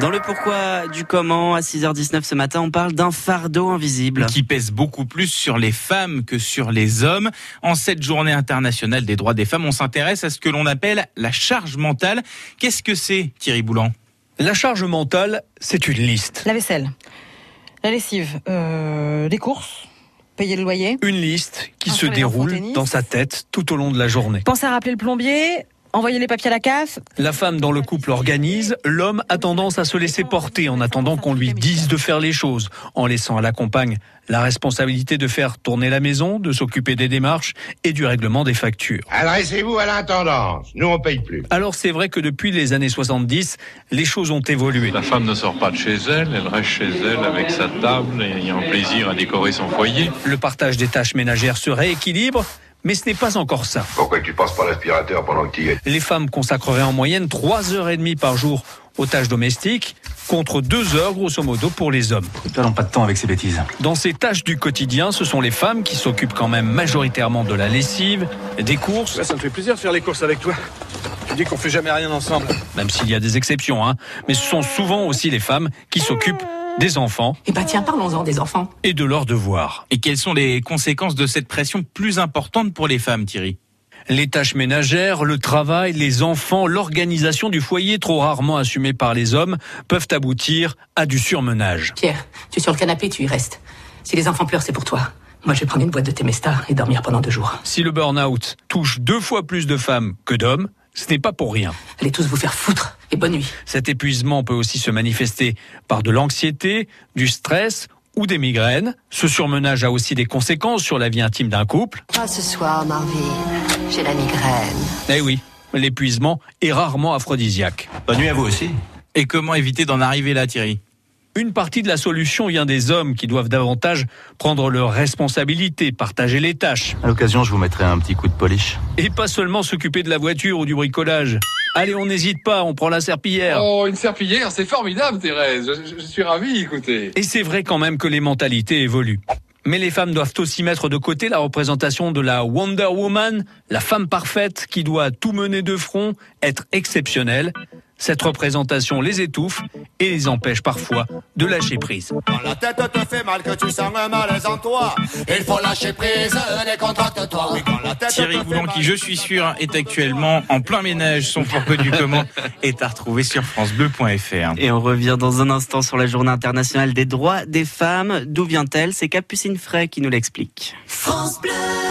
Dans le pourquoi du comment, à 6h19 ce matin, on parle d'un fardeau invisible. qui pèse beaucoup plus sur les femmes que sur les hommes. En cette journée internationale des droits des femmes, on s'intéresse à ce que l'on appelle la charge mentale. Qu'est-ce que c'est, Thierry Boulan La charge mentale, c'est une liste. La vaisselle, la lessive, euh, les courses, payer le loyer. Une liste qui Un se soleil en déroule fontaine. dans sa tête tout au long de la journée. Pensez à rappeler le plombier, envoyer les papiers à la CAF. La femme dans le couple organise, l'homme a tendance à se laisser porter en attendant qu'on lui dise de faire les choses, en laissant à la compagne la responsabilité de faire tourner la maison, de s'occuper des démarches et du règlement des factures. Adressez-vous à l'intendance. Nous, on paye plus. Alors c'est vrai que depuis les années 70, les choses ont évolué. La femme ne sort pas de chez elle, elle reste chez elle avec sa table, ayant plaisir à décorer son foyer. Le partage des tâches ménagères se rééquilibre, mais ce n'est pas encore ça. Pourquoi tu passes par l'aspirateur pendant que tu y es Les femmes consacreraient en moyenne 3h30 par jour aux tâches domestiques, contre 2 heures grosso modo pour les hommes. Perdons pas de temps avec ces bêtises. Dans ces tâches du quotidien, ce sont les femmes qui s'occupent quand même majoritairement de la lessive, des courses, Bah, Ça me fait plaisir de faire les courses avec toi. Tu dis qu'on fait jamais rien ensemble. même s'il y a des exceptions, hein, mais ce sont souvent aussi les femmes qui s'occupent des enfants Eh ben tiens, parlons-en des enfants. et de leurs devoirs. Et quelles sont les conséquences de cette pression plus importante pour les femmes, Thierry Les tâches ménagères, le travail, les enfants, l'organisation du foyer trop rarement assumée par les hommes peuvent aboutir à du surmenage. Pierre, tu es sur le canapé, tu y restes. Si les enfants pleurent, c'est pour toi. Moi, je vais prendre une boîte de Temesta et dormir pendant deux jours. Si le burn-out touche deux fois plus de femmes que d'hommes, ce n'est pas pour rien. Allez tous vous faire foutre et bonne nuit. Cet épuisement peut aussi se manifester par de l'anxiété, du stress ou des migraines. Ce surmenage a aussi des conséquences sur la vie intime d'un couple. Ah, ce soir, Marvin, j'ai la migraine. Eh oui, l'épuisement est rarement aphrodisiaque. Bonne nuit à vous aussi. Et comment éviter d'en arriver là, Thierry Une partie de la solution vient des hommes qui doivent davantage prendre leurs responsabilités, partager les tâches, À l'occasion, je vous mettrai un petit coup de polish. et pas seulement s'occuper de la voiture ou du bricolage. Allez, on n'hésite pas, on prend la serpillière. Oh, une serpillière, c'est formidable, Thérèse. Je, je- je suis ravi, écoutez. Et c'est vrai quand même que les mentalités évoluent. Mais les femmes doivent aussi mettre de côté la représentation de la Wonder Woman, la femme parfaite qui doit tout mener de front, être exceptionnelle. Cette représentation les étouffe et les empêche parfois de lâcher prise. Quand la tête te fait mal, que tu sens le malaise en toi, il faut lâcher prise, décontracte-toi. Oui, quand la tête Thierry te fait Boulan, mal- qui je suis sûr est actuellement en plein ménage, son pourquoi du comment est à retrouver sur francebleu.fr. Et on revient dans un instant sur la journée internationale des droits des femmes. D'où vient-elle C'est Capucine Frey qui nous l'explique.